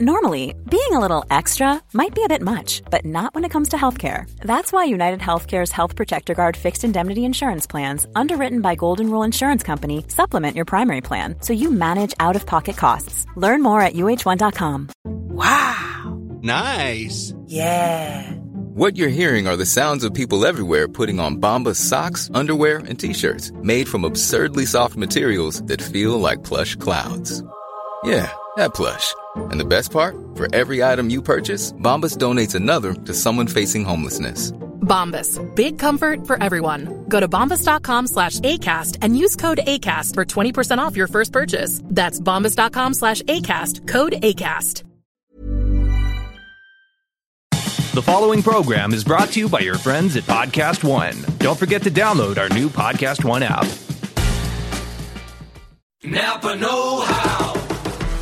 Normally, being a little extra might be a bit much, but not when it comes to healthcare. That's why United Healthcare's Health Protector Guard fixed indemnity insurance plans, underwritten by Golden Rule Insurance Company, supplement your primary plan so you manage out of pocket costs. Learn more at uh1.com. Wow. Nice. Yeah. What you're hearing are the sounds of people everywhere putting on Bombas socks, underwear, and t-shirts made from absurdly soft materials that feel like plush clouds. Yeah, that plush. And the best part, for every item you purchase, Bombas donates another to someone facing homelessness. Bombas, big comfort for everyone. Go to bombas.com slash ACAST and use code ACAST for 20% off your first purchase. That's bombas.com slash ACAST, code ACAST. The following program is brought to you by your friends at Podcast One. Don't forget to download our new Podcast One app. Napa Know How.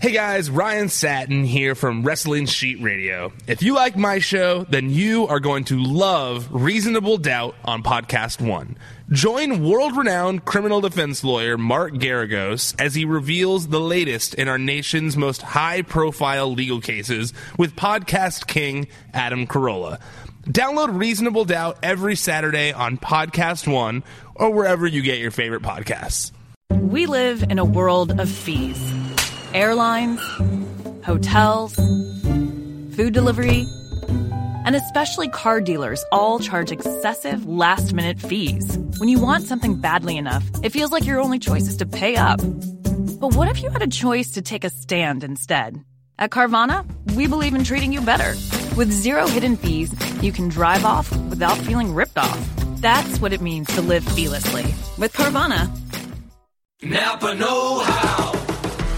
Hey guys, Ryan Satin here from Wrestling Sheet Radio. If you like my show, then you are going to love Reasonable Doubt on Podcast One. Join world renowned criminal defense lawyer Mark Garagos as he reveals the latest in our nation's most high profile legal cases with podcast king Adam Carolla. Download Reasonable Doubt every Saturday on Podcast One or wherever you get your favorite podcasts. We live in a world of fees airlines, hotels, food delivery, and especially car dealers all charge excessive last minute fees. When you want something badly enough, it feels like your only choice is to pay up. But what if you had a choice to take a stand instead? At Carvana, we believe in treating you better. With zero hidden fees, you can drive off without feeling ripped off. That's what it means to live fearlessly with Carvana. Napa Know How.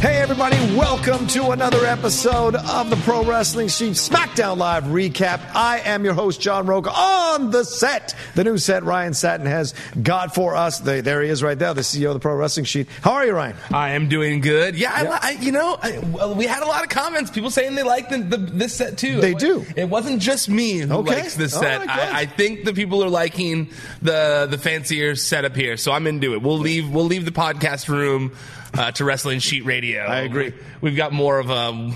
Hey, everybody, welcome to another episode of the Pro Wrestling Sheet SmackDown Live recap. I am your host, John Roca, on the set, the new set Ryan Satin has got for us. They, there he is right there, the CEO of the Pro Wrestling Sheet. How are you, Ryan? I am doing good. Yeah, I, li- I, you know, I, well, we had a lot of comments. People saying they like the, the, this set too. They It wa- do. It wasn't just me who Okay. likes this All set. right, good. I, I think the people are liking the the fancier setup here, so I'm into it. We'll leave we'll leave the podcast room uh, to Wrestling Sheet Radio. I agree. We've got more of a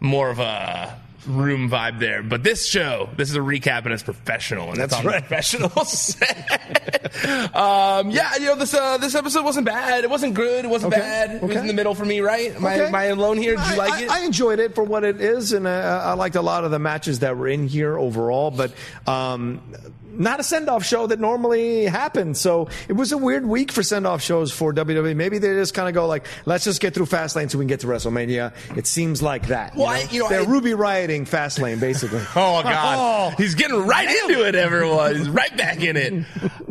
more of a room vibe there, but this show, this is a recap and it's professional, and That's it's on right. professional set. um, yeah, you know this uh, this episode wasn't bad. It wasn't good. It wasn't Okay, bad. It was okay. in the middle for me, right? Am, I, Okay. am I alone here? Did you I- like I, it? I enjoyed it for what it is, and uh, I liked a lot of the matches that were in here overall, but um, not a send off show that normally happens. So it was a weird week for send off shows for WWE. Maybe they just kind of go like, let's just get through Fastlane so we can get to WrestleMania. It seems like that. you Well, I- know? you know, They're I- Ruby rioting Fastlane, basically. Oh God, he's getting right into it. Everyone, he's right back in it.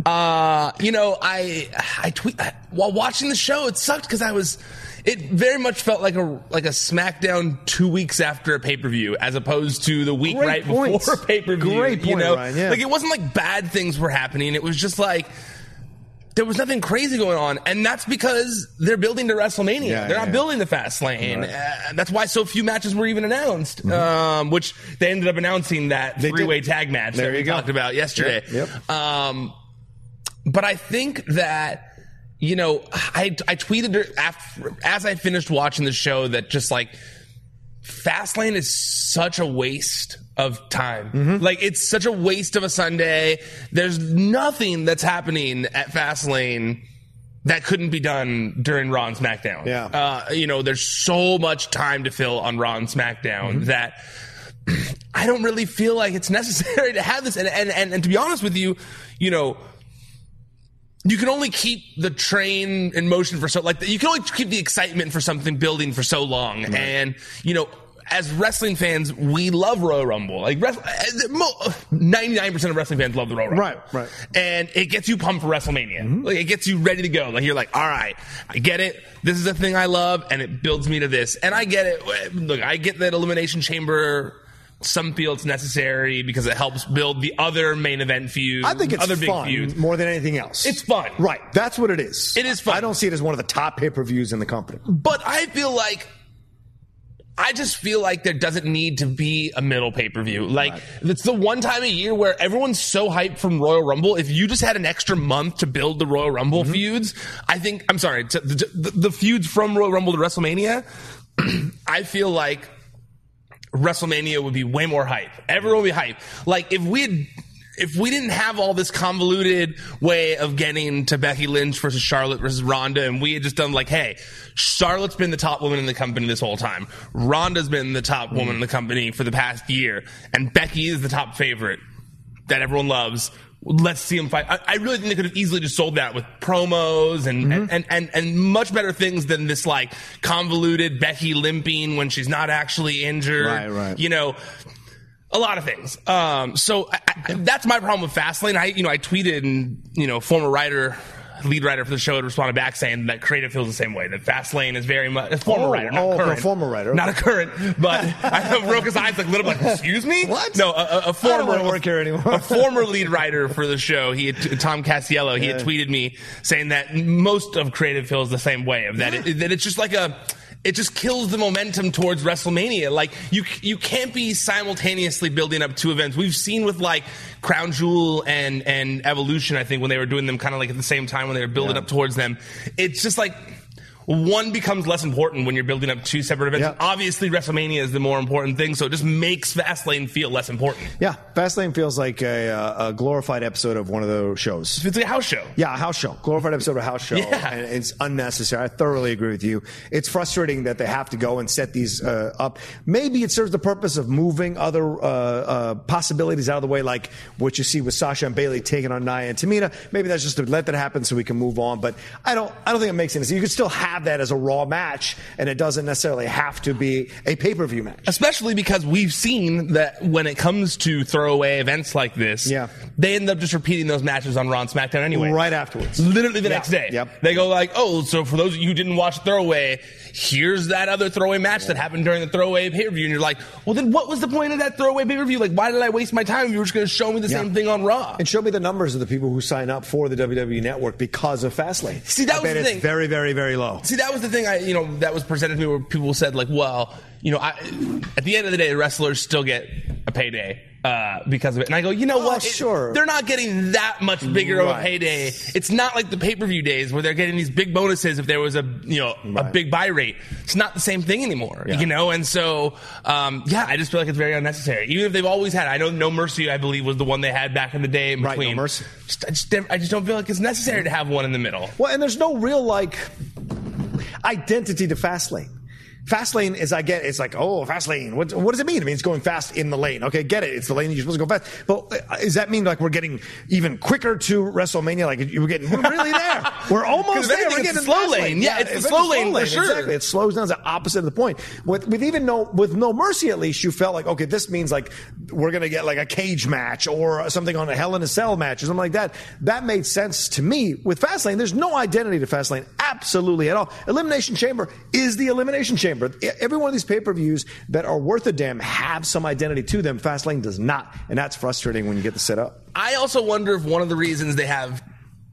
Uh, you know, I I tweet while watching the show. It sucked because I was. It very much felt like a like a SmackDown two weeks after a pay per view, as opposed to the week Great right points. before pay per view. Great you point, know? Ryan, yeah. Like it wasn't like bad things were happening. It was just like. There was nothing crazy going on, and that's because they're building to WrestleMania. Yeah, they're not yeah. building the fast lane. Right. Mm-hmm. Uh, that's why so few matches were even announced, um, which they ended up announcing that They did. three way tag match There that we you go. talked about yesterday. Yep, Um, but I think that you know, I I tweeted after, as I finished watching the show that just like Fastlane is such a waste of time. Like it's such a waste of a Sunday. There's nothing that's happening at Fastlane that couldn't be done during Raw and SmackDown. Yeah. Uh, you know, there's so much time to fill on Raw and SmackDown that I don't really feel like it's necessary to have this. And, and, and, and to be honest with you, you know, you can only keep the train in motion for so like you can only keep the excitement for something building for so long and you know as wrestling fans we love royal rumble like wrest- as- mo- 99% of wrestling fans love the royal rumble Right, right. Mm-hmm. and it gets you pumped for wrestlemania like it gets you ready to go like you're like all right i get it this is a thing i love and it builds me to this and i get it look i get that elimination chamber some feel it's necessary because it helps build the other main event feud I think it's other fun big feuds more than anything else. it's fun right. That's what it is. It is fun. I don't see it as one of the top pay per views in the company. But I feel like I just feel like there doesn't need to be a middle pay per view. Like it's the one time a year where everyone's so hyped from Royal Rumble. If you just had an extra month to build the Royal Rumble feuds, I think I'm sorry, to, the, the, the feuds from Royal Rumble to WrestleMania. I feel like WrestleMania would be way more hype. Everyone would be hype. Like if we had, if we didn't have all this convoluted way of getting to Becky Lynch versus Charlotte versus Ronda, and we had just done like, hey, Charlotte's been the top woman in the company this whole time. Ronda's been the top woman in the company for the past year, and Becky is the top favorite that everyone loves. Let's see them fight. I, I really think they could have easily just sold that with promos and, and, and, and much better things than this like convoluted Becky limping when she's not actually injured. Right, right. You know, a lot of things. Um, so I, I, that's my problem with Fastlane. I, you know, I tweeted and you know, former writer, lead writer for the show had responded back saying that creative feels the same way. That Fastlane is very much a former Oh, writer, not oh, current, a former writer. not a current. But I broke his eyes like little like, excuse me, What? No, a, a- a I former don't wanna work here anymore. a former lead writer for the show, he had, Tom Castiello, he had Yeah. tweeted me saying that most of creative feels the same way of that it, that it's just like a it just kills the momentum towards WrestleMania. Like you you can't be simultaneously building up two events. We've seen with like Crown Jewel and and Evolution, I think when they were doing them kind of like at the same time when they were building up towards them. It's just like one becomes less important when you're building up two separate events. Yeah. Obviously, WrestleMania is the more important thing, so it just makes Fastlane feel less important. Yeah, Fastlane feels like a, uh, a glorified episode of one of those shows. It's like a house show. Yeah, a house show, glorified episode of a house show, Yeah. and it's unnecessary. I thoroughly agree with you. It's frustrating that they have to go and set these uh, up. Maybe it serves the purpose of moving other uh, uh, possibilities out of the way, like what you see with Sasha and Bailey taking on Nia and Tamina. Maybe that's just to let that happen so we can move on. But I don't, I don't think it makes any sense. You could still have that as a raw match, and it doesn't necessarily have to be a pay per view match. Especially because we've seen that when it comes to throwaway events like this, Yeah. they end up just repeating those matches on Raw and SmackDown anyway. Right afterwards. Literally the Yeah. next day. Yep. They go like, oh, so for those of you who didn't watch Throwaway, here's that other throwaway match that happened during the throwaway pay-per-view. And you're like, well, then what was the point of that throwaway pay-per-view? Like, why did I waste my time? if You were just going to show me the Yeah. same thing on Raw. And show me the numbers of the people who sign up for the WWE Network because of Fastlane. See, that I was bet the it's thing. Very, very, very low. See, that was the thing I, you know, that was presented to me where people said like, well, you know, I, at the end of the day, wrestlers still get a payday. uh, because of it. And I go, you know Oh, what? sure. They're not getting that much bigger of a Right. payday. It's not like the pay per view days where they're getting these big bonuses if there was a you know a big buy rate. It's not the same thing anymore, you know. And so, um, yeah, I just feel like it's very unnecessary. Even if they've always had, I don't know. Mercy, I believe, was the one they had back in the day. In Right, No between. Mercy. Just- I, just, never- I just don't feel like it's necessary to have one in the middle. Well, and there's no real like identity to Fastlane. Fastlane is I get it's like oh Fastlane. What what does it mean? It means going fast in the lane. Okay, get it. It's the lane you're supposed to go fast. But uh, does that mean like we're getting even quicker to WrestleMania? Like you were getting we're really there. We're 'Cause almost if there. anything, We're it's getting the slow Fastlane. lane. Yeah, it's the if slow lane for sure. Exactly. It slows down. It's the opposite of the point. With with even no with no mercy at least you felt like okay this means like we're gonna get like a cage match or something on a Hell in a Cell match or something like that. That made sense to me. With Fastlane, there's no identity to Fastlane absolutely at all. Elimination Chamber is the Elimination Chamber. E- Every one of these pay per views that are worth a damn have some identity to them. Fastlane does not, and that's frustrating when you get the set up. I also wonder if one of the reasons they have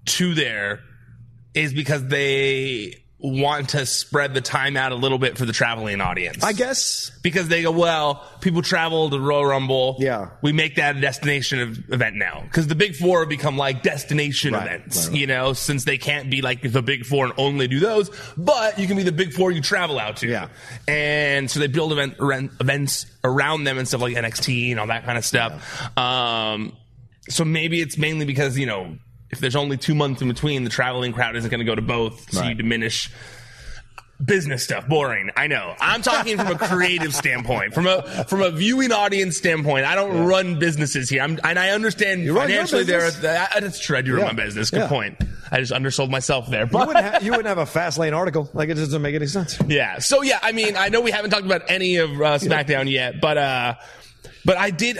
two there is because they want to spread the time out a little bit for the traveling audience. I guess because they go, well, people travel to Royal Rumble. Yeah. we make that a destination of event now because the Big Four have become like destination Right, events. right, right. You know, since they can't be like the Big Four and only do those, but you can be the Big Four you travel out to. Yeah, and so they build event around- events around them and stuff like NXT and all that kind of stuff. Um, so maybe it's mainly because you know if there's only two months in between, the traveling crowd isn't going to go to both, so you diminish business stuff. Boring, I know. I'm talking from a creative standpoint, from a from a viewing audience standpoint. I don't run businesses here, I'm, and I understand run your financially there. business. That, that's true. I do run Yeah. my business. Good Yeah. point. I just undersold myself there, You but. wouldn't, ha- you wouldn't have a Fastlane article. Like it doesn't make any sense. Yeah. So yeah, I mean, I know we haven't talked about any of uh, SmackDown yet, but uh, but I did.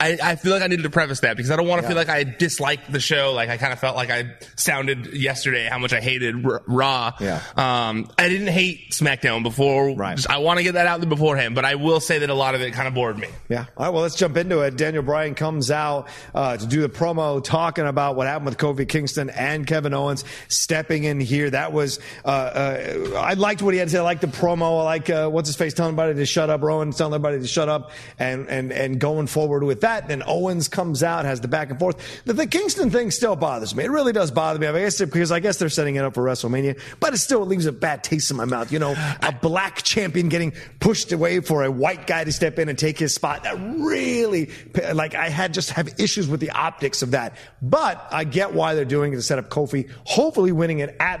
I, I feel like I needed to preface that because I don't want to Yeah. feel like I disliked the show. Like I kind of felt like I sounded yesterday how much I hated R- Raw. Yeah. Um, I didn't hate SmackDown before. Right. I want to get that out there beforehand, but I will say that a lot of it kind of bored me. Yeah. All right. Well, let's jump into it. Daniel Bryan comes out uh, to do the promo talking about what happened with Kofi Kingston and Kevin Owens stepping in here. That was, uh, uh, I liked what he had to say. I liked the promo. I like, uh, what's his face telling everybody to shut up. Rowan telling everybody to shut up and, and, and going forward with that. Then Owens comes out, has the back and forth. The, the Kingston thing still bothers me. It really does bother me. I guess it- because I guess they're setting it up for WrestleMania, but it still leaves a bad taste in my mouth. You know, a black champion getting pushed away for a white guy to step in and take his spot. That really, like, I had just have issues with the optics of that. But I get why they're doing it to set up Kofi, hopefully winning it at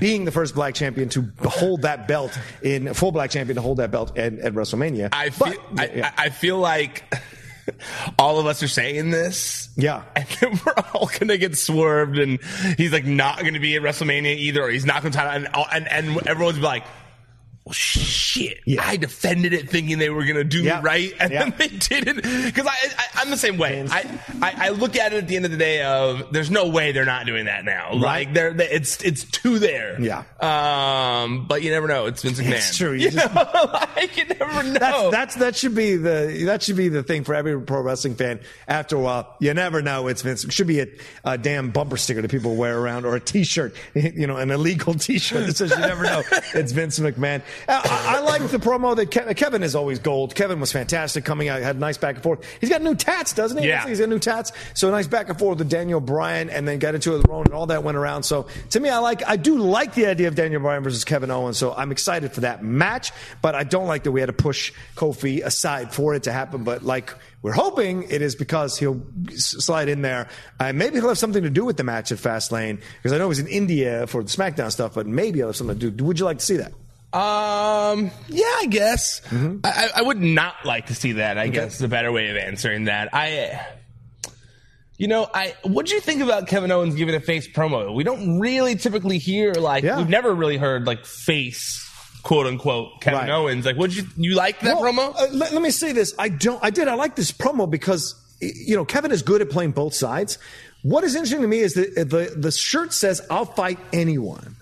being the first black champion to hold that belt in full black champion to hold that belt at, at WrestleMania. I feel, I, I, I feel like all of us are saying this. Yeah. And then we're all going to get swerved and he's like not going to be at WrestleMania either or he's not going to title and, and, and everyone's like, well, shit. I defended it thinking they were going to do me right, and then they didn't. Because I, I, I'm the same way. I, I, I look at it at the end of the day of there's no way they're not doing that now. Right. Like they're, they, it's it's two there. Yeah. Um. But you never know. It's Vince McMahon. It's true. You You just- know, like you never know. That's, that's that should be the that should be the thing for every pro wrestling fan. After a while, you never know. It's Vince. It should be a, a damn bumper sticker that people wear around, or a T-shirt, you know, an illegal T-shirt that says "You never know." It's Vince McMahon. Uh, I, I like the promo that Ke- Kevin is always gold. Kevin was fantastic coming out, had a nice back and forth. He's got new tats, doesn't he? Yeah. he's got new tats. So a nice back and forth with Daniel Bryan, and then got into it with Rowan, and all that went around. So to me, I like I do like the idea of Daniel Bryan versus Kevin Owens. So I'm excited for that match, but I don't like that we had to push Kofi aside for it to happen. But like we're hoping it is because he'll s- slide in there. Uh, maybe he'll have something to do with the match at Fastlane because I know he's in India for the SmackDown stuff, but maybe he'll have something to do. Would you like to see that? Um. Yeah, I guess. Mm-hmm. I, I- I would not like to see that. I guess is a better way of answering that. I. You know, I. What do you think about Kevin Owens giving a face promo? We don't really typically hear like we've never really heard like face quote unquote Kevin Right. Owens. Like, would you you like that Well, promo? uh, let, let me say this. I don't. I did. I like this promo because y- you know Kevin is good at playing uh, both sides. What is interesting to me is that the the shirt says "I'll fight anyone."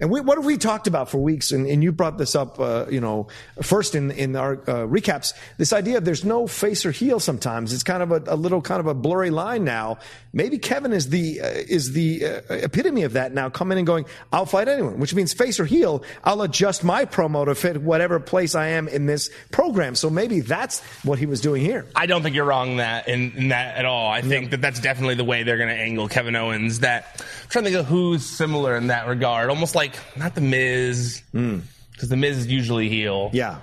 And we, what have we talked about for weeks? And, and you brought this up, uh, you know, first in, in our uh, recaps, this idea of there's no face or heel sometimes. It's kind of a, a little kind of a blurry line now. Maybe Kevin is the, uh, is the uh, epitome of that now, coming in and going, I'll fight anyone, which means face or heel, I'll adjust my promo to fit whatever place I am in this program. So maybe that's what he was doing here. I don't think you're wrong that in, in that at all. I think that that's definitely the way they're going to angle Kevin Owens. That I'm trying to think of who's similar in that regard. Almost like not the Miz, because the Miz is usually heel. Hmm. Yeah.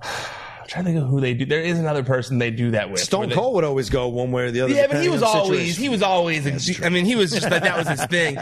I'm trying to think of who they do. There is another person they do that with. where Stone they- Cold would always go one way or the other. Yeah, but he depending was on the always situation. he was always. I mean, he was just that that was his thing.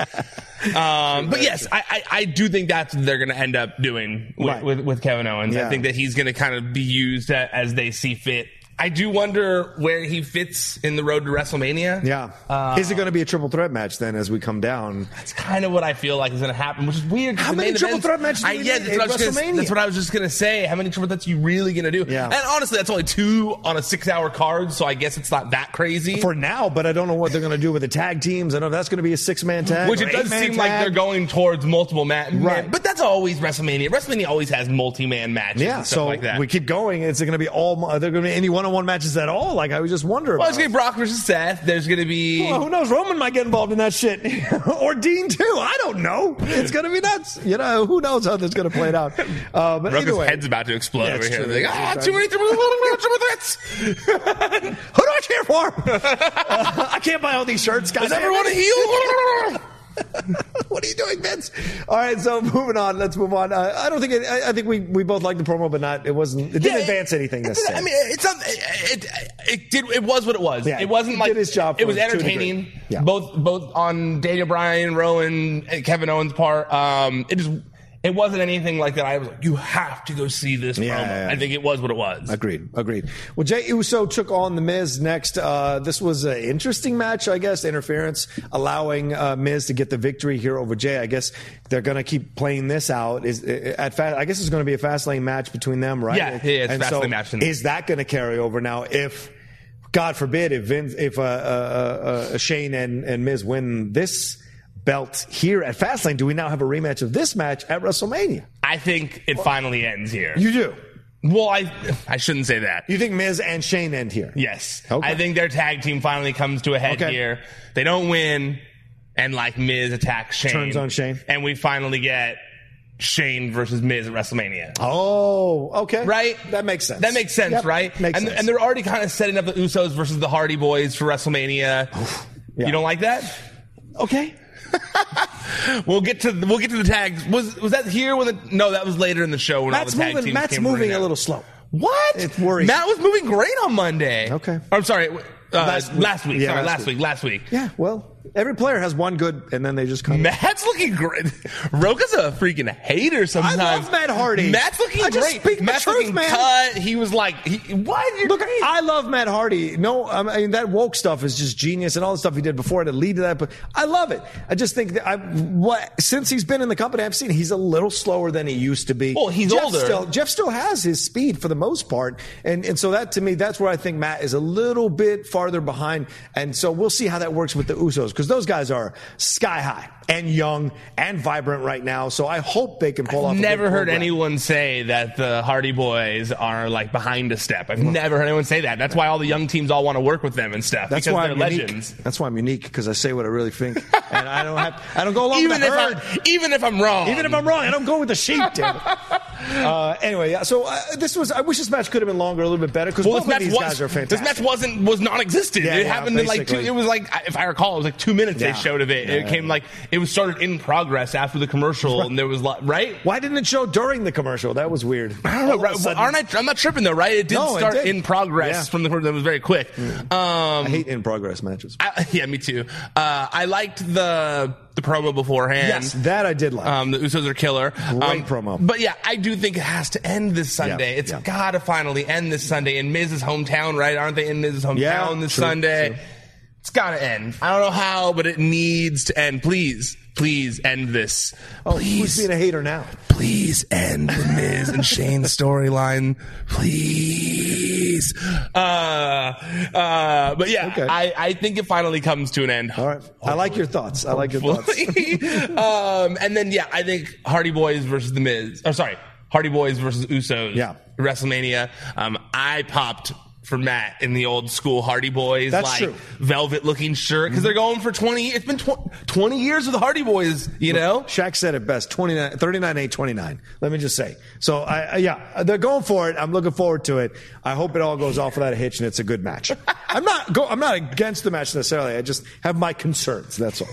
Um, but yes, I, I I do think that's what they're going to end up doing with, Right. with with Kevin Owens. Yeah. I think that he's going to kind of be used a- as they see fit. I do wonder where he fits in the road to WrestleMania. Yeah. Uh, is it going to be a triple threat match then as we come down? That's kind of what I feel like is going to happen, which is weird. 'cause How the many main triple events- threat matches do I, we yeah, need that's, what at I was gonna, WrestleMania? that's what I was just going to say. How many triple threats you really going to do? Yeah. And honestly, that's only two on a six-hour card, so I guess it's not that crazy. For now, but I don't know what they're going to do with the tag teams. I know that's going to be a six man tag. Which or it does eight-man seem like tag. they're going towards multiple match, Right. But that's always WrestleMania. WrestleMania always has multi-man matches. Yeah, and stuff so like that. we keep going. Is it going to be all? Are there going to be any one on one matches at all? Like I was just wondering. well, it's gonna be Brock versus Seth. There's gonna be Well, who knows? Roman might get involved in that shit, or Dean too. I don't know. It's going to be nuts. You know, who knows how this is going to play it out? Uh, but Ruckus' either way, head's about to explode Yeah, over it's here. true. Like, It's ah, true. too many triple threats. who do I cheer for? Uh, I can't buy all these shirts, guys. Is everyone a heel? what are you doing, Vince? All right, so moving on. Let's move on. Uh, I don't think it, I, I think we, we both liked the promo, but not it wasn't it didn't Yeah, it- advance anything. It's This not- I time. mean, it's not. It, it, it did. It was what it was. Yeah, it wasn't it like did its job It for was us to a degree. entertaining. Yeah. Both both on Daniel Bryan, Rowan, and Kevin Owens' part. Um, it just it wasn't anything like that. I was like, you have to go see this Yeah, promo. yeah. I think it was what it was. Agreed. Agreed. Well, Jay Uso took on the Miz next. Uh, this was an interesting match, I guess. Interference allowing uh, Miz to get the victory here over Jay. I guess they're going to keep playing this out. Is uh, at fa- I guess it's going to be a fast lane match between them, right? Yeah, yeah, it's and fast so lane match. Is that going to carry over now? If God forbid, if Vince, if uh, uh, uh, uh, Shane and and Miz win this belt here at Fastlane, do we now have a rematch of this match at WrestleMania? I think it finally ends here. You do. well, I I shouldn't say that. You think Miz and Shane end here? Yes. Okay. I think their tag team finally comes to a head Okay. here. They don't win, and like Miz attacks Shane. Turns on Shane. And we finally get Shane versus Miz at WrestleMania. Oh, okay. Right? That makes sense. That makes sense, Yep, right? Makes and, sense. and they're already kind of setting up the Usos versus the Hardy Boys for WrestleMania. Yeah. You don't like that? okay. We'll get to we'll get to the tags. Was was that here when the No, that was later in the show when Matt's all the tag moving. teams Matt's came running moving a out. little slow. What? It's worrisome. Matt was moving great on Monday. Okay. I'm sorry. Uh, Last last week. week. Yeah, sorry, last last week. week. Last week. Yeah. Well, every player has one good, and then they just come. Matt's looking great. Roka's a freaking hater sometimes. love Matt Hardy. Matt's looking I just great. speak the Matt's truth, looking man. cut. He was like, he, what? You're Look, great. I love Matt Hardy. No, um, I mean that woke stuff is just genius, and all the stuff he did before to lead to that. But I love it. I just think that I what since he's been in the company, I've seen he's a little slower than he used to be. Well, he's Jeff older. Still, Jeff still has his speed for the most part, and and so that to me, that's where I think Matt is a little bit farther behind. And so we'll see how that works with the Usos because those guys are sky high and young and vibrant right now. So I hope they can pull off. a good never heard program. anyone say that the Hardy Boys are like behind a step. I've never heard anyone say that. That's why all the young teams all want to work with them and stuff. That's because why they're I'm legends. Unique. That's why I'm unique because I say what I really think, and I don't have I don't go along Even with if, the I'm, herd. even if I'm wrong. Even if I'm wrong, I don't go with the sheep. Damn it. Uh, anyway, yeah, so uh, this was. I wish this match could have been longer, a little bit better, because Well, both this of match, these guys are was, fantastic. this match wasn't was non-existent. Yeah, it yeah, happened in like two. basically. It was like if I recall, it was like two minutes Yeah. they showed of it. Yeah, it yeah, came yeah. like it was started in progress after the commercial, and there was like right. Why didn't it show during the commercial? That was weird. I don't know. Right, aren't I? I'm not tripping though, right? It did No, it start did. in progress Yeah. Mm. from the that was very quick. Um, I hate in progress matches. I- yeah, me too. Uh, I liked the the promo beforehand. yes, that I did like. Um, the Usos are killer. Great Um, promo. But yeah, I do think it has to end this Sunday. Yeah, It's yeah. got to finally end this Sunday in Miz's hometown, right? Aren't they in Miz's hometown Yeah, this true, Sunday? true. It's got to end. I don't know how, but it needs to end. Please, please end this. Oh, who's being a hater now? Please end the Miz and Shane storyline, please. Uh, uh, but yeah, I, I think it finally comes to an end. All right, I like your thoughts. I like your thoughts. um, and then yeah, I think Hardy Boys versus the Miz. Or sorry, Hardy Boys versus Usos. Yeah. WrestleMania. Um, I popped for Matt in the old school Hardy Boys, That's like true. velvet looking shirt, because they're going for twenty. It's been tw- twenty years with the Hardy Boys. You know, Shaq said it best 29, 39, 8, 29. Let me just say. So, I, I- yeah, they're going for it. I'm looking forward to it. I hope it all goes off without a hitch and it's a good match. I'm not go, I'm not against the match necessarily. I just have my concerns. That's all.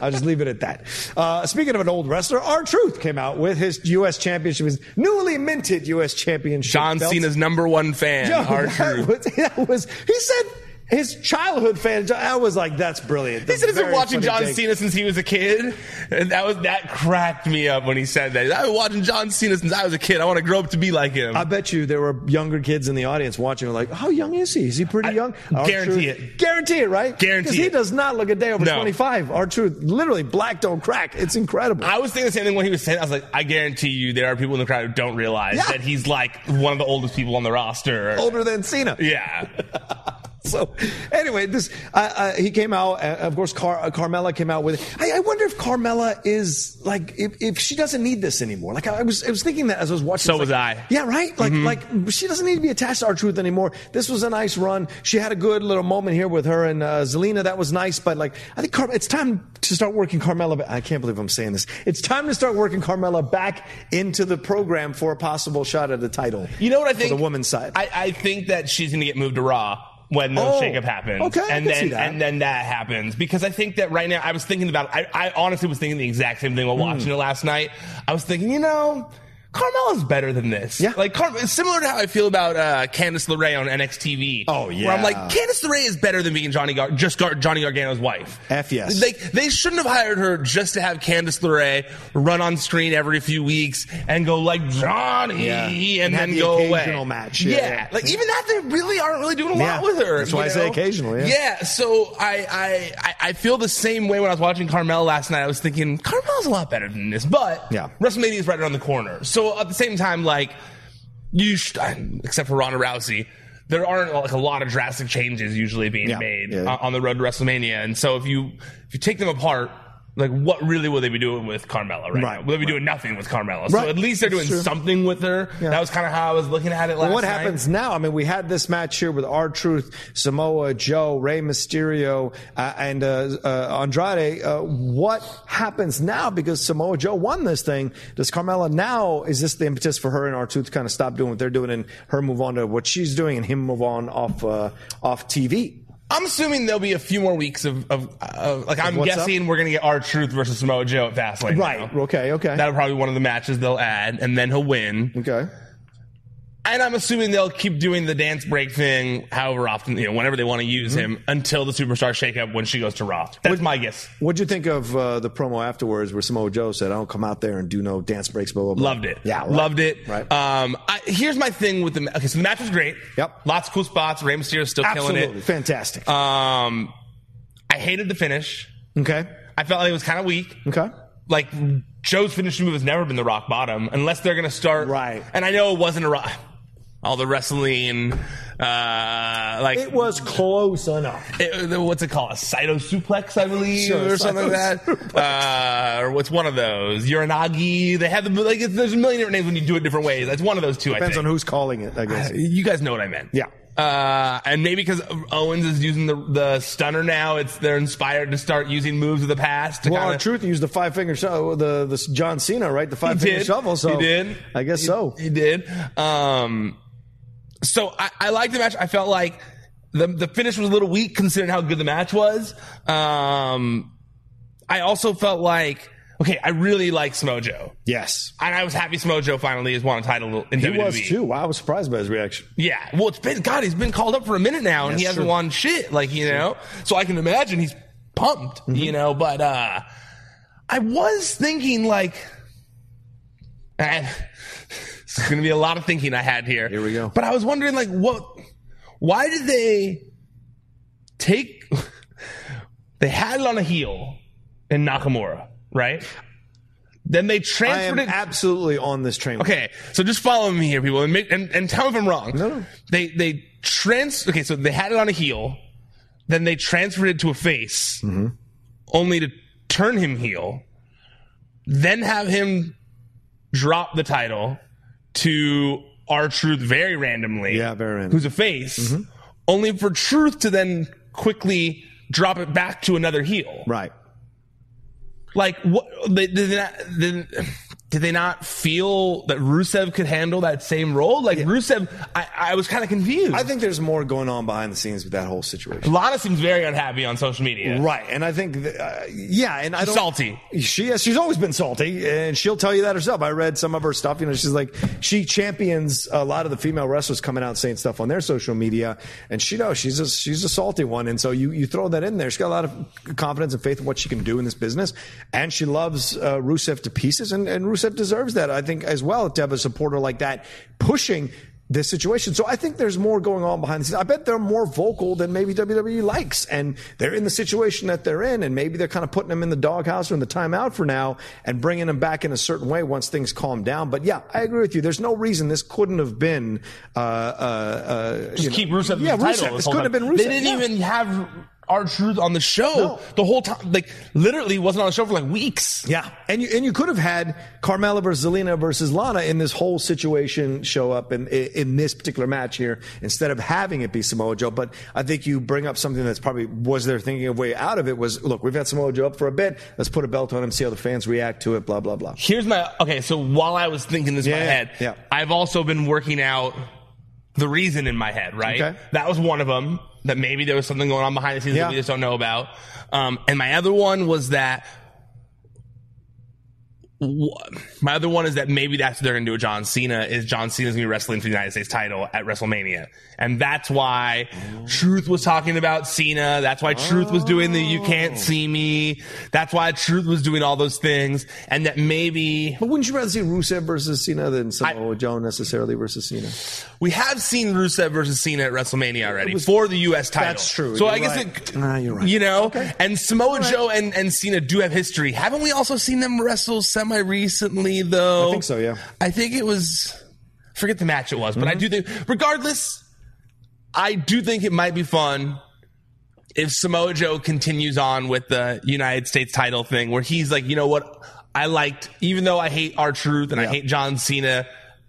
I'll just leave it at that. Uh, speaking of an old wrestler, R Truth came out with his U.S. championship, his newly minted U.S. championship. John belt. Cena's number one fan. Yo, R that Truth. was, that was, he said his childhood fan. I was like, that's brilliant. He said he's been Very watching funny John take. Cena since he was a kid, and that was that cracked me up when he said that. I've been watching John Cena since I was a kid. I want to grow up to be like him. I bet you there were younger kids in the audience watching, like, how young is he? Is he pretty young? R-Truth- guarantee it. Guarantee it, right? Guarantee Because he it. does not look a day over No. 25. Our truth, literally, black don't crack. It's incredible. I was thinking the same thing when he was saying. it. I was like, I guarantee you, there are people in the crowd who don't realize Yeah. that he's like one of the oldest people on the roster. or- Older than Cena. yeah, So, anyway, this uh, uh, he came out. Uh, of course, Car- uh, Carmella came out with. I, I wonder if Carmella is like if, if she doesn't need this anymore. Like I, I was, I was thinking that as I was watching. So It's was like, I. Mm-hmm. Yeah, right. Like, like she doesn't need to be attached to our truth anymore. This was a nice run. She had a good little moment here with her and uh, Zelina. That was nice. But like, I think Car- it's time to start working Carmella. ba- I can't believe I'm saying this. It's time to start working Carmella back into the program for a possible shot at the title. you know what I think? for the woman's side. I, I think that she's going to get moved to Raw when the Oh, shakeup happens. okay, I and can then see that. and then that happens because I think that right now I was thinking about. I, I honestly was thinking the exact same Hmm. thing while watching it last night. I was thinking, you know. Carmella's better than this. Yeah. Like, Car- it's similar to how I feel about uh, Candice LeRae on NXT TV. Oh, yeah. Where I'm like, Candice LeRae is better than being Johnny Gar- just Gar- Johnny Gargano's wife. F yes. They, they shouldn't have hired her just to have Candice LeRae run on screen every few weeks and go like, Johnny, Yeah. and, And have then the go away. occasional match. Yeah, yeah. like even that they really aren't really doing a Yeah. lot with her. That's why you I say know? occasional, yeah. so I, I I I feel the same way when I was watching Carmel last night. I was thinking Carmel's a lot better than this, but Yeah. WrestleMania is right around the corner. So at the same time, like you, should, except for Ronda Rousey. There aren't like a lot of drastic changes usually being Yeah. made Yeah. uh, on the road to WrestleMania, and so if you if you take them apart, like what really will they be doing with Carmella right, now? Right, Will they be doing nothing with Carmella? Right. So at least they're That's doing true. something with her. Yeah. That was kind of how I was looking at it last Well, what night. happens now? I mean, we had this match here with R Truth, Samoa Joe, Rey Mysterio, uh, and uh, uh, Andrade. Uh, what happens now? Because Samoa Joe won this thing. Does Carmella now, is this the impetus for her and R Truth to kind of stop doing what they're doing and her move on to what she's doing and him move on off, uh, off TV? I'm assuming there'll be a few more weeks of, of, of like I'm what's guessing we're gonna get our truth versus Samoa Joe at Fastlane. Right. now. Okay. Okay. That'll probably be one of the matches they'll add, and then he'll win. okay. And I'm assuming they'll keep doing the dance break thing, however often, you know, whenever they want to Hmm. use him, until the superstar shakeup when she goes to Raw. That's my guess. What'd you think of uh, the promo afterwards where Samoa Joe said, I don't come out there and do no dance breaks, blah, blah, blah? Loved it. Yeah. right. loved it. Right. Um, I, here's my thing with the ma- okay. So the match was great. Yep. Lots of cool spots. Rey Mysterio's still killing Absolutely. it. Fantastic. Um, I hated the finish. okay. I felt like it was kind of weak. Okay. Like Joe's finishing move has never been the rock bottom, unless they're gonna start Right. And I know it wasn't a rock. All the wrestling, uh, like It was close enough. it- Uh, what's it called? A cyto suplex, I believe, Sure, or something like that. Uh, or what's one of those? Uranagi. They have the like. it's- There's a million different names when you do it different ways. That's one of those two. I Depends think. on who's calling it, I guess. You guys know what I meant. Yeah. Uh, and maybe because Owens is using the the stunner now, it's they're inspired to start using moves of the past. To Well, kinda, our truth used the five finger shovel, the, the John Cena, right? The five finger shovel. So he did. I guess He- so. He did. Um, so I, I liked the match. I felt like the the finish was a little weak considering how good the match was. Um, I also felt like okay, I really like Smojo, Yes, and I was happy Smojo finally has won a title in E. he WWE. was too. Wow, I was surprised by his reaction. Yeah. Well, it's been God. He's been called up for a minute now, and That's he hasn't true. won shit. Like you know, so I can imagine he's pumped. Mm-hmm. You know, but uh I was thinking like, I, it's going to be a lot of thinking I had here. Here we go. But I was wondering like, what? Why did they take? they had it on a heel in Nakamura, right? Then they transferred I am it. absolutely on this train. Okay, so just follow me here, people, and make, and, and tell me if I'm wrong. No, no. They they trans. Okay, so they had it on a heel, then they transferred it to a face, Mm-hmm. only to turn him heel, then have him drop the title to our truth very randomly. Yeah, very random. Mm-hmm. Who's a face, only for truth to then quickly drop it back to another heel. Right. Like what? They, did they not? Did, did they not feel that Rusev could handle that same role? Like Rusev, I, I was kind of confused. I think there's more going on behind the scenes with that whole situation. Lana seems very unhappy on social media. Right, and I think, th- uh, yeah, and I She's don't, salty. She yes, she's always been salty, and she'll tell you that herself. I read some of her stuff. You know, she's like she champions a lot of the female wrestlers coming out saying stuff on their social media, and she knows she's a she's a salty one, and so you you throw that in there. She's got a lot of confidence and faith in what she can do in this business, and she loves uh, Rusev to pieces, and, and Rusev deserves that I think as well to have a supporter like that pushing. This situation. So I think there's more going on behind the scenes. I bet they're more vocal than maybe WWE likes, and they're in the situation that they're in, and maybe they're kind of putting them in the doghouse or in the timeout for now, and bringing them back in a certain way once things calm down. But yeah, I agree with you. There's no reason this couldn't have been. Uh, uh, uh, Just you know- keep Rusev. in Yeah, the title Rusev. This whole couldn't have time. been Rusev. They didn't Yeah. even have our truth on the show the whole time. Like literally wasn't on the show for like weeks. Yeah, and you and you could have had Carmella versus Zelina versus Lana in this whole situation show up in in this particular match here instead of having it be Samoa Joe. But I think you bring up something that's probably was their thinking of way out of it was look we've had Samoa Joe up for a bit let's put a belt on him see how the fans react to it blah blah blah. Here's my okay. So while I was thinking this in my Yeah, head, yeah. I've also been working out the reason in my head. Right, Okay. that was one of them. That maybe there was something going on behind the scenes Yeah. that we just don't know about. Um, and my other one was that. wh- My other one is that maybe that's what they're going to do with John Cena is John Cena's going to be wrestling for the United States title at WrestleMania, and that's why Truth was talking about Cena. That's why Truth was doing the "You Can't See Me." That's why Truth was doing all those things, and that maybe But wouldn't you rather see Rusev versus Cena than Samoa Joe necessarily versus Cena? We have seen Rusev versus Cena at WrestleMania already for the U.S. title. That's true. So You're I guess right. it, Nah, you're right. you know, and Samoa Joe and, and Cena do have history. Haven't we also seen them wrestle semi recently though? I think so, yeah. I think it was I forget the match it was, but I Mhm. do think regardless, I do think it might be fun if Samoa Joe continues on with the United States title thing where he's like, you know what? I liked, even though I hate our truth and I hate John Cena,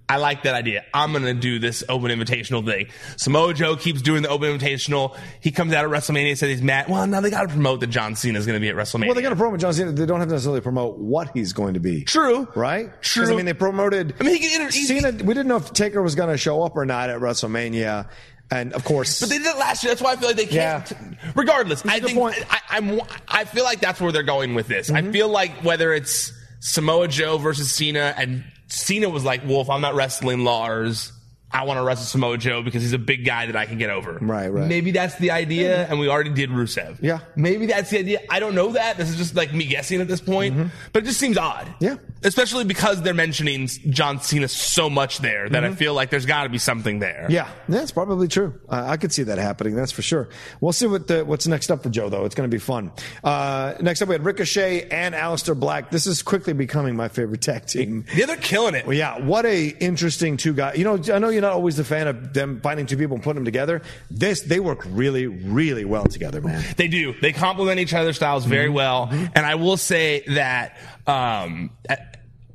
I like that idea. I'm going to do this open invitational thing. Samoa Joe keeps doing the open invitational. He comes out at WrestleMania and says he's mad. Well, now they got to promote that John Cena is going to be at WrestleMania. Well, they got to promote John Cena. They don't have to necessarily promote what he's going to be. True. Right? 'Cause, True. I mean, they promoted. I mean, he can inter- he- Cena. We didn't know if Taker was going to show up or not at WrestleMania, and of course, But they did it last year. That's why I feel like they can't. Regardless, I think I, I'm. I feel like that's where they're going with this. Mm-hmm. I feel like whether it's Samoa Joe versus Cena, and Cena was like, "Well, if I'm not wrestling Lars, I want to wrestle Samoa Joe because he's a big guy that I can get over." Right, right. Maybe that's the idea, and we already did Rusev. Yeah. Maybe that's the idea. I don't know that. This is just like me guessing at this point, but it just seems odd. Mm-hmm. Yeah. Especially because they're mentioning John Cena so much there that I feel like there's got to be something there. Mm-hmm. yeah, that's probably true. Uh, I could see that happening. That's for sure. We'll see what the, what's next up for Joe though. It's going to be fun. Uh, next up, we had Ricochet and Aleister Black. This is quickly becoming my favorite tag team. Yeah, they're killing it. Well, yeah, what a interesting two guys. You know, I know you're not always a fan of them finding two people and putting them together. This they work really, really well together, man. They do. They complement each other's styles Mm-hmm. very well. And I will say that um,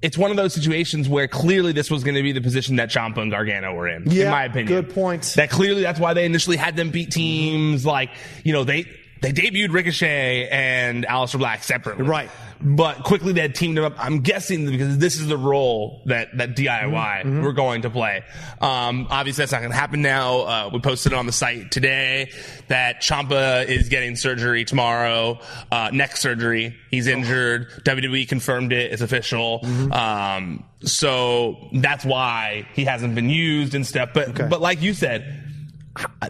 it's one of those situations where clearly this was going to be the position that Ciampa and Gargano were in, in Yeah, my opinion. good point. That clearly that's why they initially had them beat teams. Like, you know, they they debuted Ricochet and Aleister Black separately. Right. But quickly they had teamed them up. I'm guessing because this is the role that, that DIY we're going to play. Um, obviously that's not going to happen now. Uh, we posted it on the site today that Champa is getting surgery tomorrow, uh, neck surgery. He's injured. WWE confirmed it. It's official. Um, so that's why he hasn't been used and stuff. But, but like you said,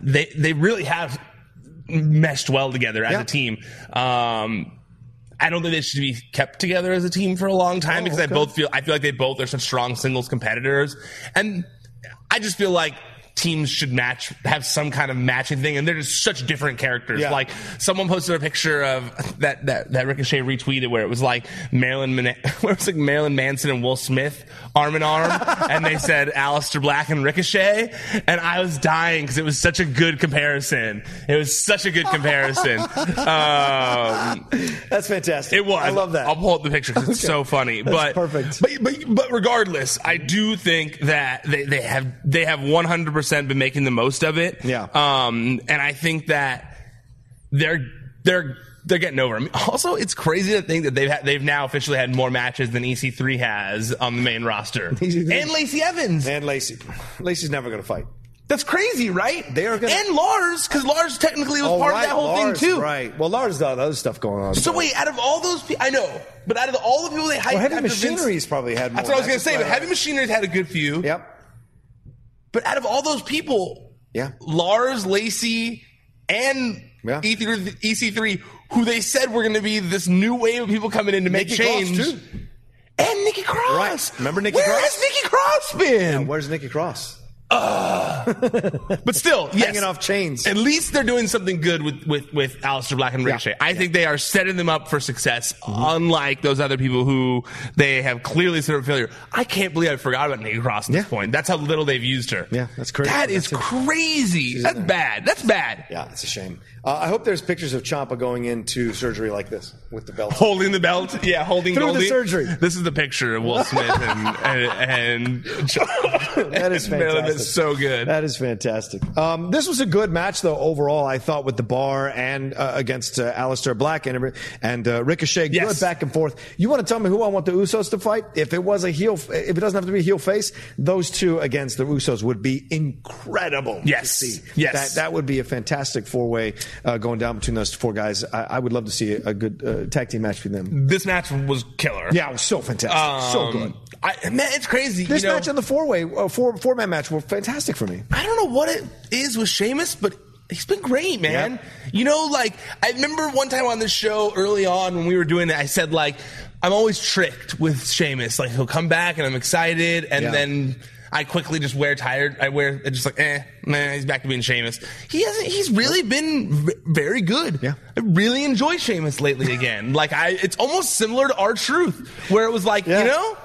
they, they really have meshed well together as Yeah. a team. Um, I don't think they should be kept together as a team for a long time Oh, because I okay. both feel I feel like they both are such strong singles competitors, and I just feel like teams should match have some kind of matching thing, and they're just such different characters. Yeah. Like someone posted a picture of that that that Ricochet retweeted where it was like Marilyn Man- where it was like Marilyn Manson and Will Smith arm in arm, and they said Alistair Black and Ricochet, and I was dying because it was such a good comparison. It was such a good comparison. um, That's fantastic. It was. I love that. I'll pull up the picture 'cause it's Okay. so funny. That's but perfect. But, but but regardless, I do think that they, they have they have 100 percent been making the most of it. Yeah. Um, and I think that they're they're they're getting over. Them. Also, it's crazy to think that they've had, they've now officially had more matches than EC3 has on the main roster. E And Lacey Evans. And Lacey. Lacey's never going to fight. That's crazy, right? They are gonna- and Lars because Lars technically was Oh, part right, of that whole Lars, thing too. Right. Well, Lars got other stuff going on. So wait, out of all those, pe- I know, but out of the, all the people they hyped, Well, heavy after Vince- machinery's probably had. More That's what I was gonna matches, say. But right? heavy machinery's had a good few. Yep. But out of all those people, yeah, Lars, Lacey, and E EC3, EC3, who they said were going to be this new wave of people coming in to make Nikki Cross, change, too. and Nikki Cross. Right. Remember Nikki Where Cross? has Nikki Cross been? Yeah, where's Nikki Cross? But still, yes. Hanging off chains. At least they're doing something good with with with Aleister Black and Ricochet. I think they are setting them up for success, Mm-hmm. unlike those other people who they have clearly set up for failure. I can't believe I forgot about Nikki Cross at this point. That's how little they've used her. Yeah, that's crazy. That is crazy. That's bad. That's bad. Yeah, it's a shame. Uh, I hope there's pictures of Champa going into surgery like this with the belt. Holding the belt, yeah, holding Through the Goldie. surgery. This is the picture of Will Smith and and, and that is Marilyn. fantastic. That's so good. That is fantastic. Um, this was a good match, though, overall, I thought, with the bar and uh, against uh, Alistair Black and, every- and uh, Ricochet. Good back and forth. You want to tell me who I want the Usos to fight? If it was a heel, if it doesn't have to be a heel face, those two against the Usos would be incredible. to Yes. see. Yes. That, that would be a fantastic four way uh, going down between those four guys. I, I would love to see a, a good uh, tag team match between them. This match was killer. Yeah, it was so fantastic. so Um, good. I, man, it's crazy. This you know, match and the four way, uh, four four man match were fantastic for me. I don't know what it is with Sheamus, but he's been great, man. You know, like I remember one time on this show early on when we were doing it, I said like I'm always tricked with Sheamus. Like he'll come back and I'm excited, and Yeah. then I quickly just wear tired. I wear it's just like eh, man, he's back to being Sheamus. He hasn't. He's really been v- very good. Yeah, I really enjoy Sheamus lately again. like I, it's almost similar to our truth, where it was like you know.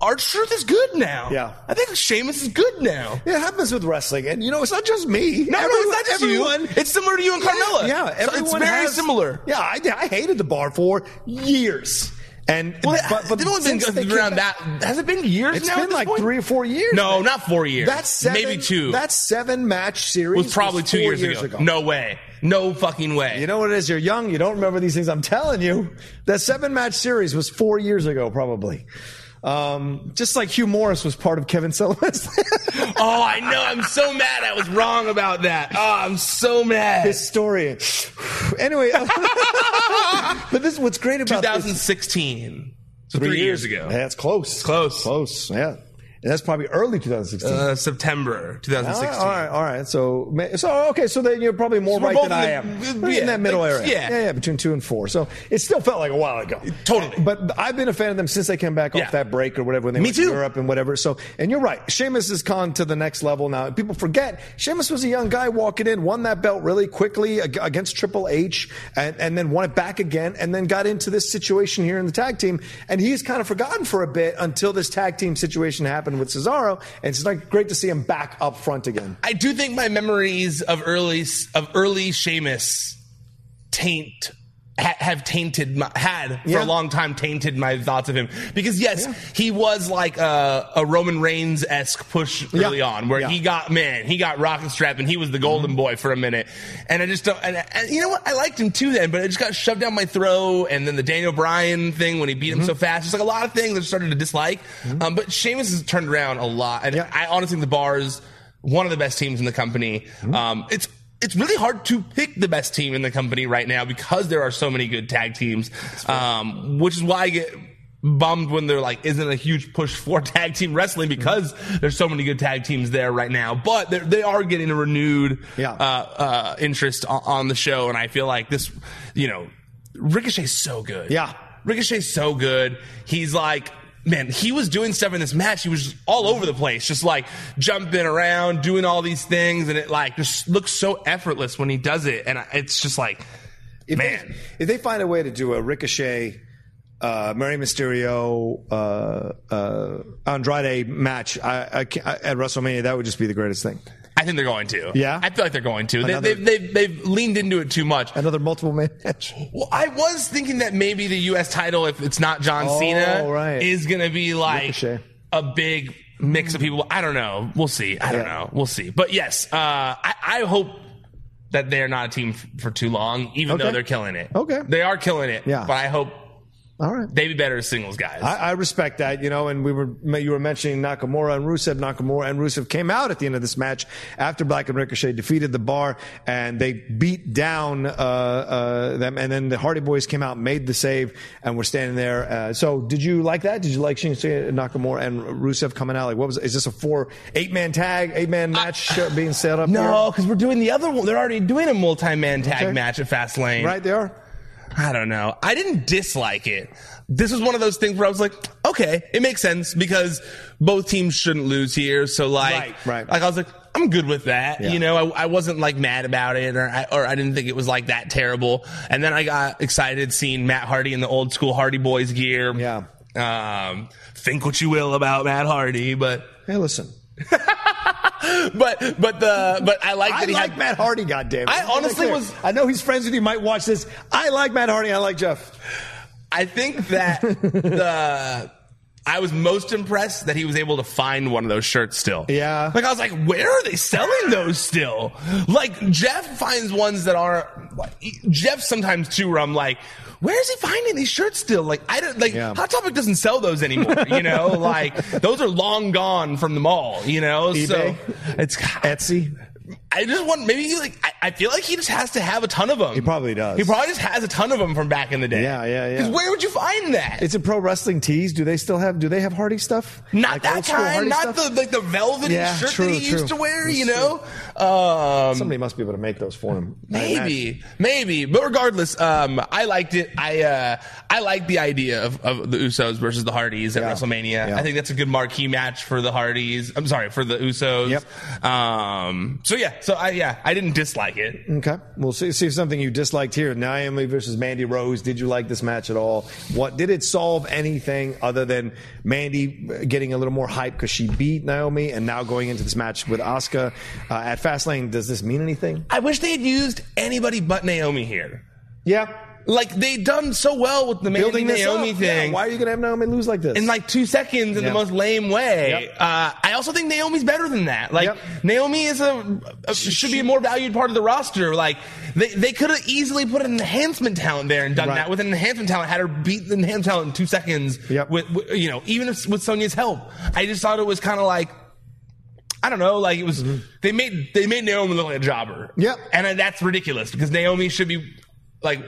Our truth is good now. Yeah, I think Sheamus is good now. It happens with wrestling, and you know it's not just me. No, no, it's not just you. It's similar to you and Carmella. So Yeah, yeah it's everyone very has- similar. Yeah, I, I hated the bar for years, and Well, but, but they've only been since they came around back- that- has it been years It's now at been this like point? three or four years. No, man. not four years. That's seven, Maybe two. That seven match series was probably two four years, ago. No way. No fucking way. You know what it is? You're young. You don't remember these things. I'm telling you, that seven match series was four years ago, probably. Um, just like Hugh Morris was part of Kevin Sullivan's. oh, I know. I'm so mad. I was wrong about that. Oh, I'm so mad. His story. anyway, but this is what's great about this- 2016. So three, years ago. Yeah, it's close. It's close. Close. Yeah. And that's probably early 2016. Uh, September 2016. Ah, All right, all right, all right. So, ma- so okay. So then you're probably more So we're right both than I in am. the- We're in yeah, that middle like, area. yeah. yeah, between two and four. So it still felt like a while ago. Totally. But I've been a fan of them since they came back Yeah. off that break or whatever when they Me went too. to Europe and whatever. So, and you're right. Sheamus has gone to the next level now. People forget Sheamus was a young guy walking in, won that belt really quickly ag- against Triple H, and, and then won it back again, and then got into this situation here in the tag team, and he's kind of forgotten for a bit until this tag team situation happened with Cesaro, and it's like great to see him back up front again. I do think my memories of early of early Seamus taint ha, have tainted my, had for a Yeah. long time tainted my thoughts of him because yes he was like a, a Roman Reigns esque push Yeah. early on where Yeah. Mm-hmm. he got man he got rocket strap and he was the golden boy for a minute and I just don't and, and you know what I liked him too then but it just got shoved down my throat and then the Daniel Bryan thing when he beat him Mm-hmm. so fast just like a lot of things I started to dislike um, but Sheamus has turned around a lot and I honestly think the bars one of the best teams in the company. Um, it's it's really hard to pick the best team in the company right now because there are so many good tag teams, um, which is why I get bummed when there like isn't a huge push for tag team wrestling because there's so many good tag teams there right now. But they're- they are getting a renewed uh, uh, interest on, on the show, and I feel like this, you know, Ricochet's so good. Yeah, Ricochet's so good. He's like. man, he was doing stuff in this match. He was just all over the place, just like jumping around, doing all these things, and it like just looks so effortless when he does it. And I- it's just like, man, if they find a way to do a ricochet uh Mary Mysterio uh uh Andrade match I, I, can't- I at WrestleMania that would just be the greatest thing. I think they're going to. Yeah? I feel like they're going to. They, Another- they've, they've, they've leaned into it too much. Another multiple man match. Well, I was thinking that maybe the U.S. title, if it's not John Oh, Cena, right. is going to be like a big mix of people. I don't know. We'll see. I don't know. We'll see. But yes, uh, I, I hope that they're not a team f- for too long, even though Okay. they're killing it. Okay. They are killing it. Yeah. But I hope All right. they be better as singles guys. I, I respect that, you know. And we were you were mentioning Nakamura and Rusev. Nakamura and Rusev came out at the end of this match after Black and Ricochet defeated the Bar, and they beat down uh, uh, them. And then the Hardy Boys came out, made the save, and were standing there. Uh, so, did you like that? Did you like Shinsuke Nakamura and Rusev coming out? Like, what was? Is this a four eight man tag, eight man match uh, being set up? no, because we're doing the other one. They're already doing a multi-man tag Okay. match at Fastlane. here? right there. I don't know. I didn't dislike it. This was one of those things where I was like, okay, it makes sense because both teams shouldn't lose here. So like, Right, right. like I was like, I'm good with that. Yeah. You know, I, I wasn't like mad about it or I, or I didn't think it was like that terrible. And then I got excited seeing Matt Hardy in the old school Hardy Boys gear. Yeah. Um, think what you will about Matt Hardy, but, Hey, listen, but, but the, but I like I that he like had, Matt Hardy. Goddamn, it. I Let's make that honestly clear. was- I know he's friends with you. Might watch this. I like Matt Hardy. I like Jeff. I think that the I was most impressed that he was able to find one of those shirts still. Yeah. Like I was like, where are they selling those still? Like Jeff finds ones that are e, Jeff sometimes too where I'm like, where is he finding these shirts still? Like I don't like Yeah. Hot Topic doesn't sell those anymore, you know? like those are long gone from the mall, you know? So eBay? it's Etsy. I just want maybe he like I, I feel like he just has to have a ton of them. He probably does. He probably just has a ton of them from back in the day. Yeah, yeah, yeah. Because where would you find that? It's a pro wrestling tees. Do they still have? Do they have Hardy stuff? not Like that old school kind, Hardy not stuff? the like the velvet Yeah, shirt true, that he true. used to wear. That's you know, um, Somebody must be able to make those for him. I imagine. maybe, maybe. But regardless, um, I liked it. I uh, I like the idea of, of the Usos versus the Hardys at Yeah. WrestleMania. Yeah. I think that's a good marquee match for the Hardys. I'm sorry for the Usos. Yep. Um. So yeah. So I yeah I didn't dislike it. Okay, we'll see, see if something you disliked here. Naomi versus Mandy Rose. Did you like this match at all? What did it solve anything other than Mandy uh, getting a little more hype because she beat Naomi and now going into this match with Asuka uh, at Fastlane? Does this mean anything? I wish they had used anybody but Naomi here. Yeah, Like they done so well with the Mandy this Naomi up. Yeah, thing. Why are you going to have Naomi lose like this? in like two seconds in Yeah. the most lame way. Yep. Uh, I also think Naomi's better than that. Like Yep. Naomi is a, a- should be a more valued part of the roster. Like they, they could have easily put an enhancement talent there and done Right. that with an enhancement talent. Had her beat the enhancement talent in two seconds. Yep. With, with you know even if, with Sonya's help, I just thought it was kind of like. I don't know, like it was. They made they made Naomi look like a jobber. Mm-hmm. Yep. and uh, that's ridiculous because Naomi should be like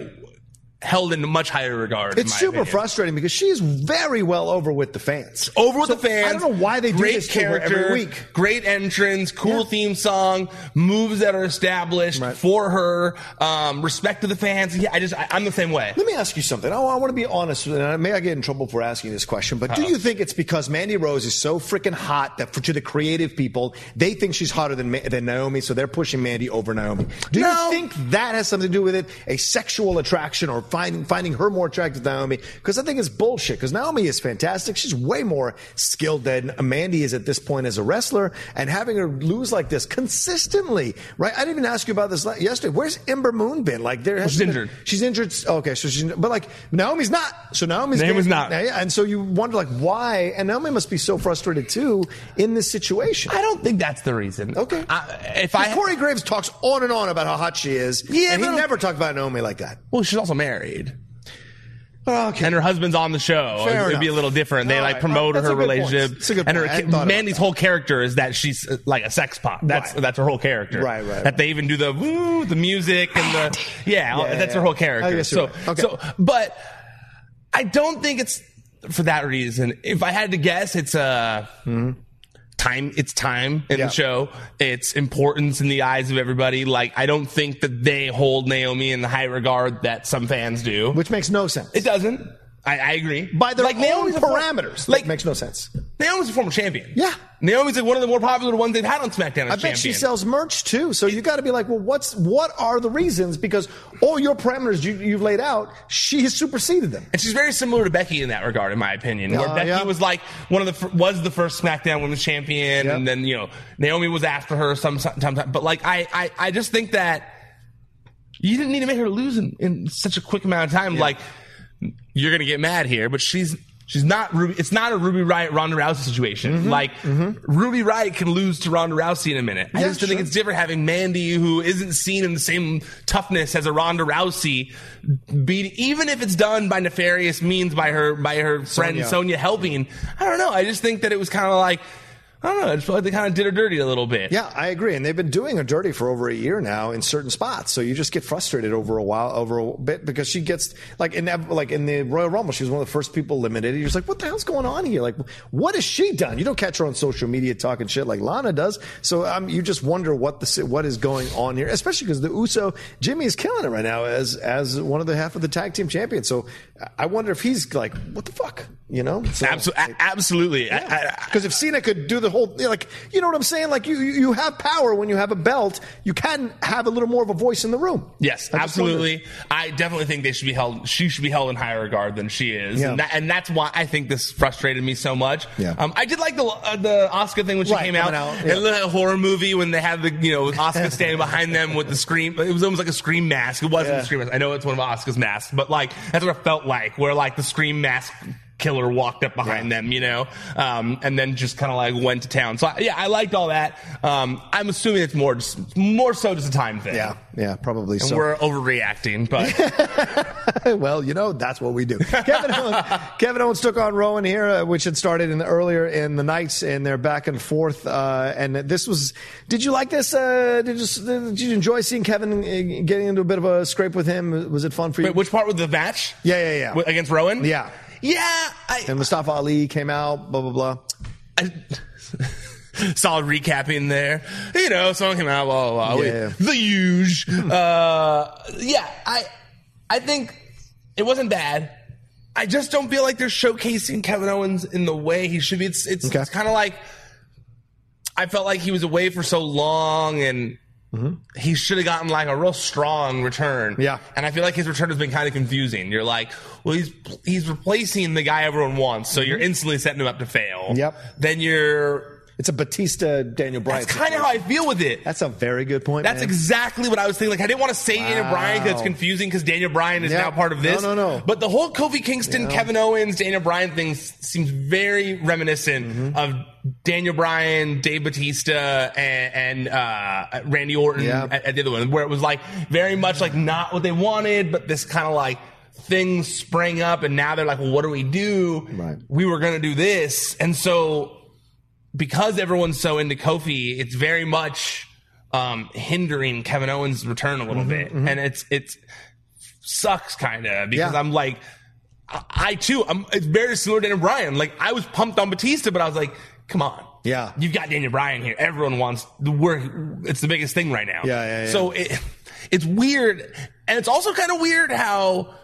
held in much higher regard. in It's my super opinion. frustrating because she is very well over with the fans. over with So, the fans. I don't know why they do great this to her character, every week. Great entrance, cool Yeah. theme song, moves that are established Right. for her, um, respect to the fans. Yeah, I just I, I'm the same way. Let me ask you something. I, want to be honest, and I may I get in trouble for asking this question, but do you think it's because Mandy Rose is so freaking hot that for, to the creative people, they think she's hotter than, Ma- than Naomi, so they're pushing Mandy over Naomi? Do No. you think that has something to do with it? A sexual attraction or finding, finding her more attractive than Naomi? Because I think it's bullshit, because Naomi is fantastic. She's way more skilled than Mandy is at this point as a wrestler, and having her lose like this consistently, right? I didn't even ask you about this la- yesterday. Where's Ember Moon been? Like, there has she's injured. She's injured. Okay, so she's but like Naomi's not. So Naomi's Naomi's getting- not. Yeah, and so you wonder like why? And Naomi must be so frustrated too in this situation. I don't think that's the reason. Okay. I, if 'Cause I Corey Graves talks on and on about how hot she is. Yeah, and he but- never talked about Naomi like that. well, she's also married. Okay, And her husband's on the show. Fair it would be a enough. little different. They All like right. promote That's a her good point. relationship. That's a good and her point. ki- I hadn't thought about Mandy's that. whole character is that she's uh, like a sex pop. That's Right. that's her whole character. Right, right, That they even do the woo, the music and the yeah, Yeah, that's yeah. her whole I character. guess so you're right. Okay. so but I don't think it's for that reason. If I had to guess, it's uh Time, it's time in Mm-hmm. Yeah. the show. It's importance in the eyes of everybody. Like, I don't think that they hold Naomi in the high regard that some fans do. which makes no sense. It doesn't. I, I agree. By their own Naomi's a parameters. That like makes no sense. Naomi's a former champion. Yeah. Naomi's like one of the more popular ones they've had on SmackDown. As I bet champion. she sells merch too. So you got to be like, well, what's what are the reasons? Because all your parameters you, you've laid out, she has superseded them. And she's very similar to Becky in that regard, in my opinion. Where Uh, Becky yeah. was like one of the fir- was the first SmackDown Women's Champion, and then you know Naomi was after her some sometimes. But like I, I I just think that you didn't need to make her lose in, in such a quick amount of time. Like you're gonna get mad here, but she's she's not Ruby. It's not a Ruby Riot Ronda Rousey situation. Mm-hmm. Like Ruby Riot can lose to Ronda Rousey in a minute. I Yeah, just think sure. it's different having Mandy, who isn't seen in the same toughness as a Ronda Rousey, beat even if it's done by nefarious means by her by her friend Sonya. Sonya helping. I don't know. I just think that it was kind of like. I don't know. I just felt like they kind of did her dirty a little bit. Yeah, I agree. And they've been doing her dirty for over a year now in certain spots. So you just get frustrated over a while, over a bit, because she gets like in that- like in the Royal Rumble, she was one of the first people eliminated. You're just like, what the hell's going on here? Like, what has she done? You don't catch her on social media talking shit like Lana does. So um, you just wonder what the si- what is going on here, especially because the Uso Jimmy is killing it right now as as one of the half of the tag team champions. So I wonder if he's like, what the fuck, you know? So- Abso- a- absolutely. I- I- because if Cena could do the whole, like, you know what I'm saying? Like, you, you you have power when you have a belt. You can have a little more of a voice in the room. Yes, absolutely. I definitely think they should be held. She should be held in higher regard than she is, Yeah. and, that, and that's why I think this frustrated me so much. Yeah. Um, I did like the uh, the Oscar thing when she Right, came out, coming out, and yeah. the horror movie when they had the you know Oscar standing behind them with the scream. It was almost like a scream mask. It wasn't Yeah. a scream mask. I know it's one of Oscar's masks, but like that's what it felt like, where like the scream mask killer walked up behind them, you know, um, and then just kind of like went to town. So I, yeah, I liked all that. Um, I'm assuming it's more just more so just a time thing. Yeah, yeah, probably And so. we're overreacting, but well, you know, that's what we do. Kevin Owens, Kevin Owens took on Rowan here, uh, which had started in the, earlier in the night, and they're back and forth. Uh, and this was, did you like this? Uh, did, you, did you enjoy seeing Kevin uh, getting into a bit of a scrape with him? Was it fun for you? Wait, which part was the match? yeah, yeah, yeah. Wi- Against Rowan? yeah. Yeah. I, And Mustafa Ali came out, blah, blah, blah. I solid recapping there. You know, someone came out, blah, blah, blah. Yeah. The huge. Uh, yeah, I, I think it wasn't bad. I just don't feel like they're showcasing Kevin Owens in the way he should be. It's, it's, Okay. it's kind of like I felt like he was away for so long and he should have gotten like a real strong return. Mm-hmm. Yeah. And I feel like his return has been kind of confusing. You're like, well, he's he's replacing the guy everyone wants, Mm-hmm. so you're instantly setting him up to fail. Yep. Then you're. It's a Batista Daniel Bryan. That's kind of how I feel with it. That's a very good point. That's man. exactly what I was thinking. Like, I didn't want to say Daniel Bryan because it's confusing because Daniel Bryan is Yeah. now part of this. No, no, no. But the whole Kofi Kingston, Kevin Owens, Daniel Bryan thing s- seems very reminiscent Mm-hmm. of Daniel Bryan, Dave Batista, and, and uh, Randy Orton Yeah. at, at the other one, where it was like very much like not what they wanted, but this kind of like thing sprang up, and now they're like, well, what do we do? Right. We were going to do this. And so because everyone's so into Kofi, it's very much um, hindering Kevin Owens' return a little Mm-hmm, bit, and it's it's sucks kind of because Yeah. I'm like. I- I too, I'm, it's very similar to Daniel Bryan. Like I was pumped on Batista, but I was like, "Come on, Yeah. you've got Daniel Bryan here. Everyone wants the work. It's the biggest thing right now. Yeah, yeah, yeah. So it, it's weird, and it's also kind of weird how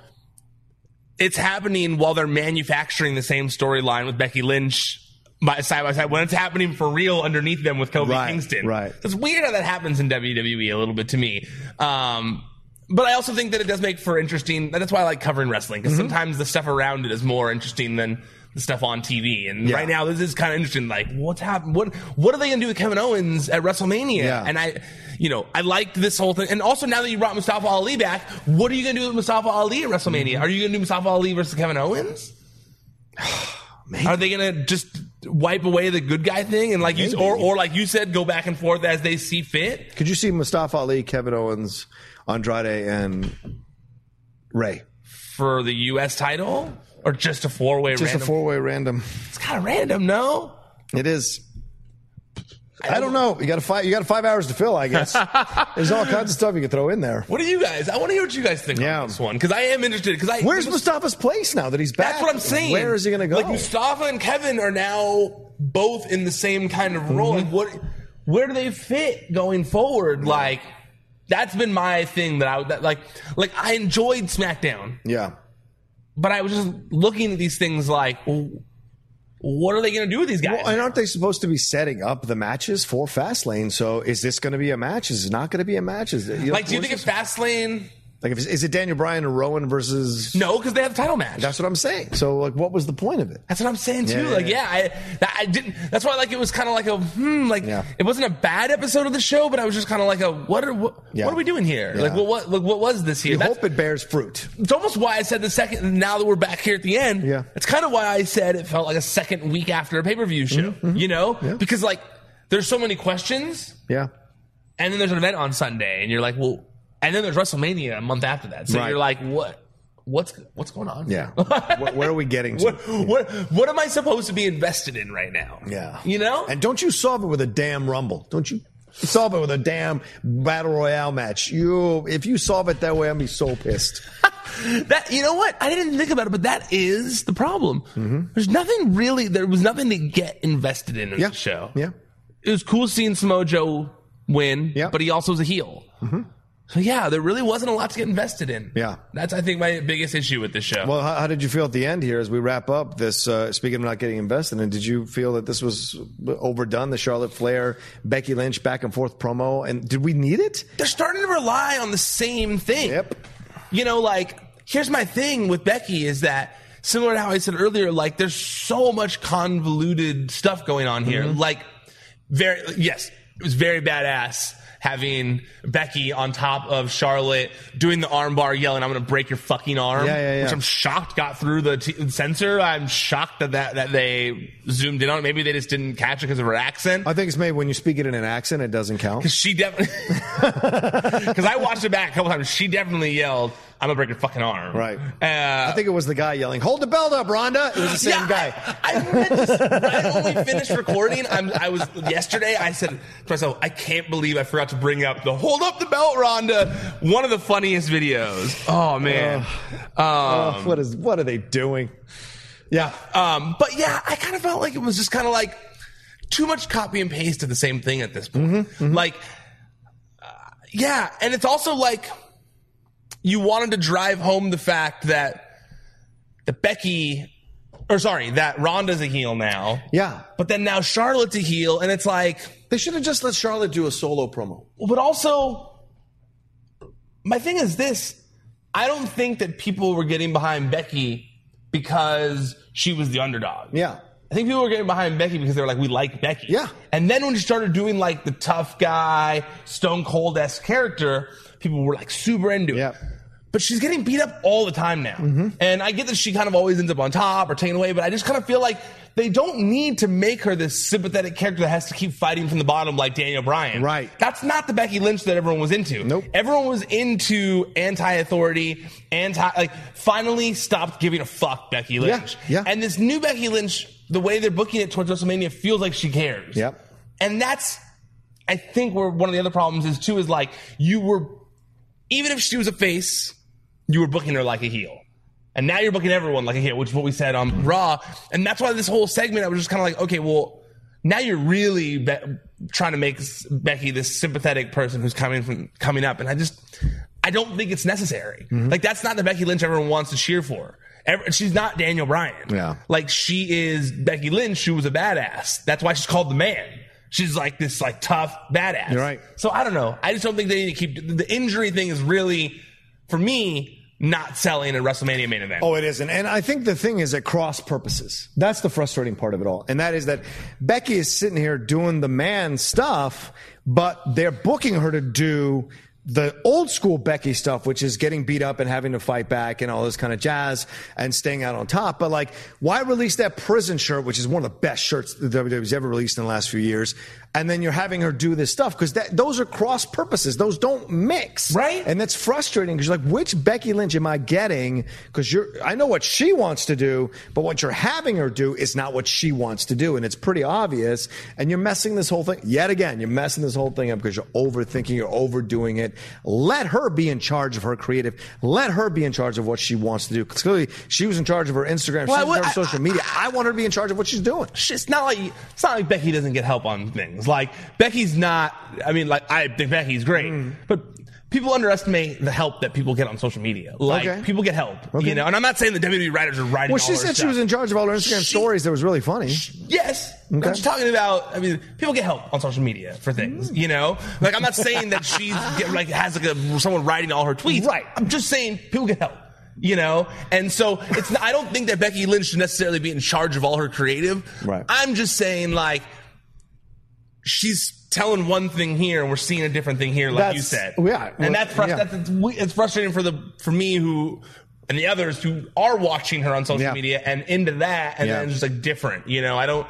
it's happening while they're manufacturing the same storyline with Becky Lynch by, side by side when it's happening for real underneath them with Kobe Right, Kingston. right. It's weird how that happens in WWE a little bit to me. Um, but I also think that it does make for interesting. That's why I like covering wrestling Mm-hmm. because sometimes the stuff around it is more interesting than the stuff on TV. And Yeah. right now, this is kind of interesting. Like, what's happening? What What are they going to do with Kevin Owens at WrestleMania? Yeah. And I, you know, I liked this whole thing. And also, now that you brought Mustafa Ali back, what are you going to do with Mustafa Ali at WrestleMania? Mm-hmm. Are you going to do Mustafa Ali versus Kevin Owens? Are they gonna just wipe away the good guy thing and like you or or like you said, go back and forth as they see fit? Could you see Mustafa Ali, Kevin Owens, Andrade, and Ray? for the U.S. title or just a four way Just random? a four-way random. it's kind of random, no? It is. I don't know. You got a five. You got five hours to fill. I guess there's all kinds of stuff you can throw in there. What do you guys? I want to hear what you guys think Yeah. on this one because I am interested. Because I Where's this- Mustafa's place now that he's back? That's what I'm saying. Where is he going to go? Like Mustafa and Kevin are now both in the same kind of role. Mm-hmm. Like what? Where do they fit going forward? Like that's been my thing that I would- that like like I enjoyed SmackDown. yeah. But I was just looking at these things like, well, what are they going to do with these guys? Well, and aren't they supposed to be setting up the matches for Fastlane? So is this going to be a match? Is it not going to be a match? Is it, you know, like, do you where's think it's this- Fastlane? like if, is it Daniel Bryan and Rowan versus? No, because they have the title match. That's what I'm saying. So like, what was the point of it? That's what I'm saying too. Yeah, yeah, like, yeah. yeah, I, that, I didn't. That's why, like, it was kind of like a hmm. Like, Yeah. it wasn't a bad episode of the show, but I was just kind of like a what are what, Yeah. what are we doing here? Yeah. Like, well, what like, what was this here? You That's- hope it bears fruit. it's almost why I said the second. Now that we're back here at the end, Yeah. it's kind of why I said it felt like a second week after a pay per view show. Mm-hmm, You know, because like there's so many questions, Yeah. and then there's an event on Sunday, and you're like, well, and then there's WrestleMania a month after that, so Right. you're like, what, what's what's going on? Yeah. where, where are we getting to? What, what what am I supposed to be invested in right now? Yeah. You know? And don't you solve it with a damn rumble. Don't you solve it with a damn battle royale match. You if you solve it that way, I'm be so pissed. that you know what? I didn't think about it, but that is the problem. Mm-hmm. There's nothing really there was nothing to get invested in in Yeah. the show. Yeah. It was cool seeing Samojo win, Yeah. Mm-hmm. but he also was a heel. So yeah, there really wasn't a lot to get invested in. Yeah. That's I think my biggest issue with this show. Well, how, how did you feel at the end here as we wrap up this? Uh, speaking of not getting invested in, did you feel that this was overdone? The Charlotte Flair, Becky Lynch back and forth promo, and did we need it? They're starting to rely on the same thing. Yep. you know, like, here's my thing with Becky is that similar to how I said earlier, like, there's so much convoluted stuff going on here. Mm-hmm. Like, very, yes, it was very badass having Becky on top of Charlotte doing the arm bar yelling, I'm going to break your fucking arm. Yeah, yeah, yeah. Which I'm shocked got through the t- sensor. I'm shocked that, that that they zoomed in on it. Maybe they just didn't catch it because of her accent. I think it's maybe when you speak it in an accent, it doesn't count. She definitely, because I watched it back a couple times. She definitely yelled, "I'm gonna break your fucking arm." Right. Uh, I think it was the guy yelling, "Hold the belt up, Rhonda." It was the yeah, same guy. I, I meant to, when I only finished recording. I'm, I was yesterday. I said to myself, I can't believe I forgot to bring up the "Hold up the belt, Rhonda." One of the funniest videos. Oh man. Oh, what is what are they doing? Yeah, Um, but yeah, I kind of felt like it was just kind of like too much copy and paste of the same thing at this point. Like, uh, yeah, and it's also like you wanted to drive home the fact that the Becky, or sorry, that Ronda's a heel now, yeah. but then now Charlotte's a heel, and it's like, They should have just let Charlotte do a solo promo. but also, my thing is this: I don't think that people were getting behind Becky because she was the underdog. Yeah, I think people were getting behind Becky because they were like, we like Becky. Yeah. And then when she started doing like the tough guy, stone cold esque character, people were like super into it. yeah. Mm-hmm. But she's getting beat up all the time now. And I get that she kind of always ends up on top or taken away, but I just kind of feel like they don't need to make her this sympathetic character that has to keep fighting from the bottom like Daniel Bryan. Right. That's not the Becky Lynch that everyone was into. Nope. Everyone was into anti authority, anti, like, finally stopped giving a fuck Becky Lynch. yeah. And this new Becky Lynch, the way they're booking it towards WrestleMania feels like she cares. Yep. And that's, I think, where one of the other problems is too, is like, you were, even if she was a face, you were booking her like a heel. And now you're booking everyone like a heel, which is what we said on Raw. And that's why this whole segment, I was just kind of like, okay, well, now you're really be- trying to make s- Becky this sympathetic person who's coming from coming up. And I just, I don't think it's necessary. Mm-hmm. Like that's not the Becky Lynch everyone wants to cheer for. Ever- She's not Daniel Bryan. Yeah. Like she is Becky Lynch, who was a badass. That's why she's called the man. She's like this like tough badass. You're right. So I don't know. I just don't think they need to keep the injury thing is really for me not selling a WrestleMania main event. Oh, it isn't. And I think the thing is at cross purposes. That's the frustrating part of it all. And that is that Becky is sitting here doing the man stuff, but they're booking her to do the old school Becky stuff, which is getting beat up and having to fight back and all this kind of jazz and staying out on top. But like, why release that prison shirt, which is one of the best shirts the WWE's ever released in the last few years? And then you're having her do this stuff because that those are cross purposes. Those don't mix. Right. And that's frustrating because you're like, which Becky Lynch am I getting? Because you're, I know what she wants to do, but what you're having her do is not what she wants to do, and it's pretty obvious. And you're messing this whole thing yet again. You're messing this whole thing up because you're overthinking, you're overdoing it. Let her be in charge of her creative. Let her be in charge of what she wants to do. 'Cause clearly, she was in charge of her Instagram. Well, I she was in would- charge of I- social media. I want her to be in charge of what she's doing. Sh- It's not like it's not like Mm. Becky doesn't get help on things. Like Becky's not. I mean, like I think Becky's great, but people underestimate the help that people get on social media. Like Okay. people get help, Okay. you know. And I'm not saying the WWE writers are writing. Well, she all her said she stuff. was in charge of all her Instagram stories. That was really funny. Yes. Okay. Mm. I'm just talking about. I mean, people get help on social media for things, you know. Like I'm not saying that she's get, like has like a, someone writing all her tweets. Right. I'm just saying people get help. You know, and so it's. Not, I don't think that Becky Lynch should necessarily be in charge of all her creative. Right. I'm just saying, like, she's telling one thing here, and we're seeing a different thing here, like you That's- said. yeah. And that's, frus- Yeah. that's it's, we- it's frustrating for the for me who and the others who are watching her on social Yeah. media and into that, and Yeah. then it's just like different. You know, I don't.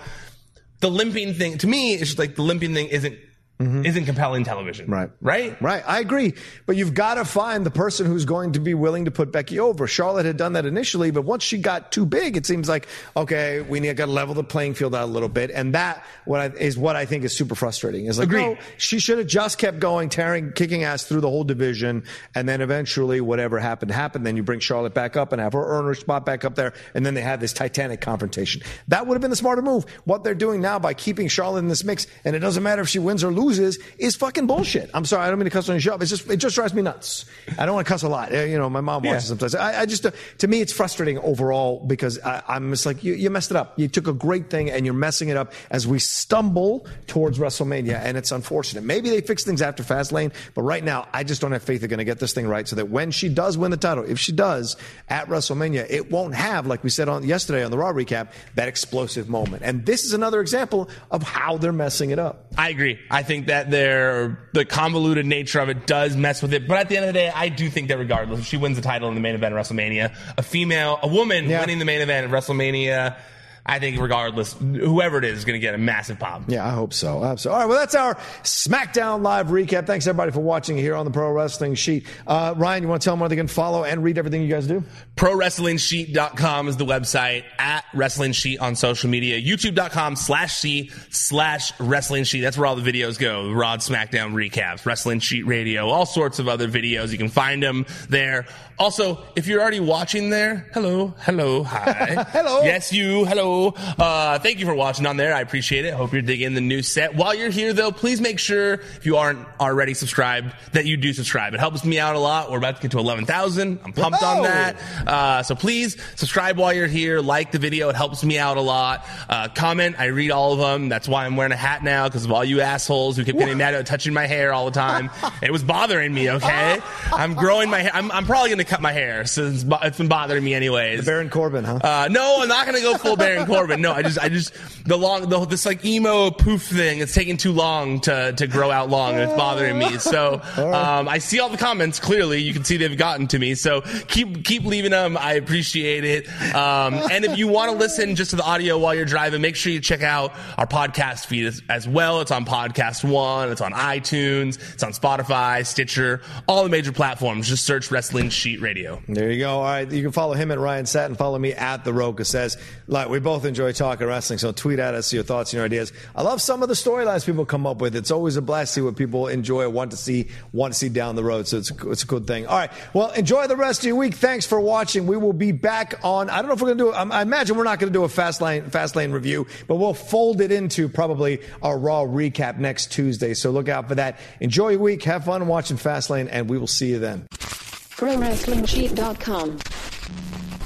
The limping thing to me it's just like the limping thing isn't isn't compelling television. Right. Right? Mm-hmm. Right. I agree. But you've got to find the person who's going to be willing to put Becky over. Charlotte had done that initially, but once she got too big, it seems like, okay, we need got to level the playing field out a little bit. And that what I, is what I think is super frustrating. Is like, Agreed. no, she should have just kept going, tearing, kicking ass through the whole division. And then eventually whatever happened happened. Then you bring Charlotte back up and have her earn her spot back up there. And then they have this Titanic confrontation. That would have been the smarter move. What they're doing now by keeping Charlotte in this mix, and it doesn't matter if she wins or loses, is fucking bullshit. I'm sorry. I don't mean to cuss on your show. but It's just, it just drives me nuts. I don't want to cuss a lot. Eh, You know, my mom watches sometimes. I, I just, uh, to me, it's frustrating overall because I, I'm just like, you, you messed it up. You took a great thing and you're messing it up as we stumble towards WrestleMania, and it's unfortunate. Maybe they fix things after Fastlane, but right now, I just don't have faith they're going to get this thing right so that when she does win the title, if she does at WrestleMania, it won't have, like we said on yesterday on the Raw recap, that explosive moment. And this is another example of how they're messing it up. I agree. I think that their the convoluted nature of it does mess with it. But at the end of the day, I do think that regardless, if she wins the title in the main event of WrestleMania, a female, a woman winning the main event of WrestleMania, I think regardless, whoever it is, is going to get a massive pop. Yeah, I hope so. I hope so. All right, well, that's our SmackDown Live recap. Thanks, everybody, for watching here on the Pro Wrestling Sheet. Uh, Ryan, you want to tell them where they can follow and read everything you guys do? ProWrestlingSheet.com is the website. At Wrestling Sheet on social media. YouTube.com slash C slash Wrestling Sheet. That's where all the videos go. Rod SmackDown recaps, Wrestling Sheet Radio, all sorts of other videos. You can find them there. Also, if you're already watching there, hello, hello, hi. hello. Yes, you, hello. Uh, thank you for watching on there. I appreciate it. Hope you're digging the new set. While you're here, though, please make sure if you aren't already subscribed that you do subscribe. It helps me out a lot. We're about to get to 11,000. I'm pumped on Whoa. that. Uh, so please subscribe while you're here. Like the video. It helps me out a lot. Uh, comment. I read all of them. That's why I'm wearing a hat now because of all you assholes who kept getting mad at touching my hair all the time. it was bothering me. Okay. I'm growing my hair. I'm, I'm probably going to cut my hair since bo- it's been bothering me anyways. Baron Corbin, huh? Uh, no, I'm not gonna go full Baron Corbin. No, I just, I just the long, the, this like emo poof thing. It's taking too long to to grow out long, and it's bothering me. So um, I see all the comments clearly. You can see they've gotten to me. So keep keep leaving them. I appreciate it. Um, and if you want to listen just to the audio while you're driving, make sure you check out our podcast feed as, as well. It's on Podcast One. It's on iTunes. It's on Spotify, Stitcher, all the major platforms. Just search Wrestling Sheet Radio. There you go. All right. You can follow him at Ryan Satin. Follow me at The Roca Says. Like, we both enjoy talking wrestling, so tweet at us your thoughts and your ideas. I love some of the storylines people come up with. It's always a blast to see what people enjoy, want to see, want to see down the road. So it's, it's a good thing. All right. Well, enjoy the rest of your week. Thanks for watching. We will be back on, I don't know if we're going to do, I I imagine we're not going to do a fast lane, fast lane review, but we'll fold it into probably our Raw recap next Tuesday. So look out for that. Enjoy your week. Have fun watching Fastlane, and we will see you then. ProWrestlingSheet.com.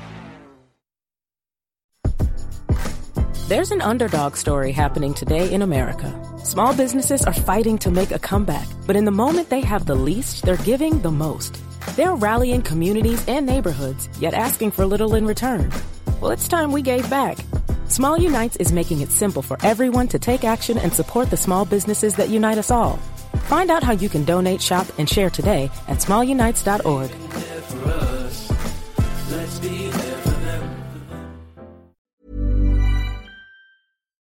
There's an underdog story happening today in America. Small businesses are fighting to make a comeback, but in the moment they have the least, they're giving the most. They're rallying communities and neighborhoods, yet asking for little in return. Well, it's time we gave back. Small Unites is making it simple for everyone to take action and support the small businesses that unite us all. Find out how you can donate, shop, and share today at smallunites.org. For us, let's be there for them.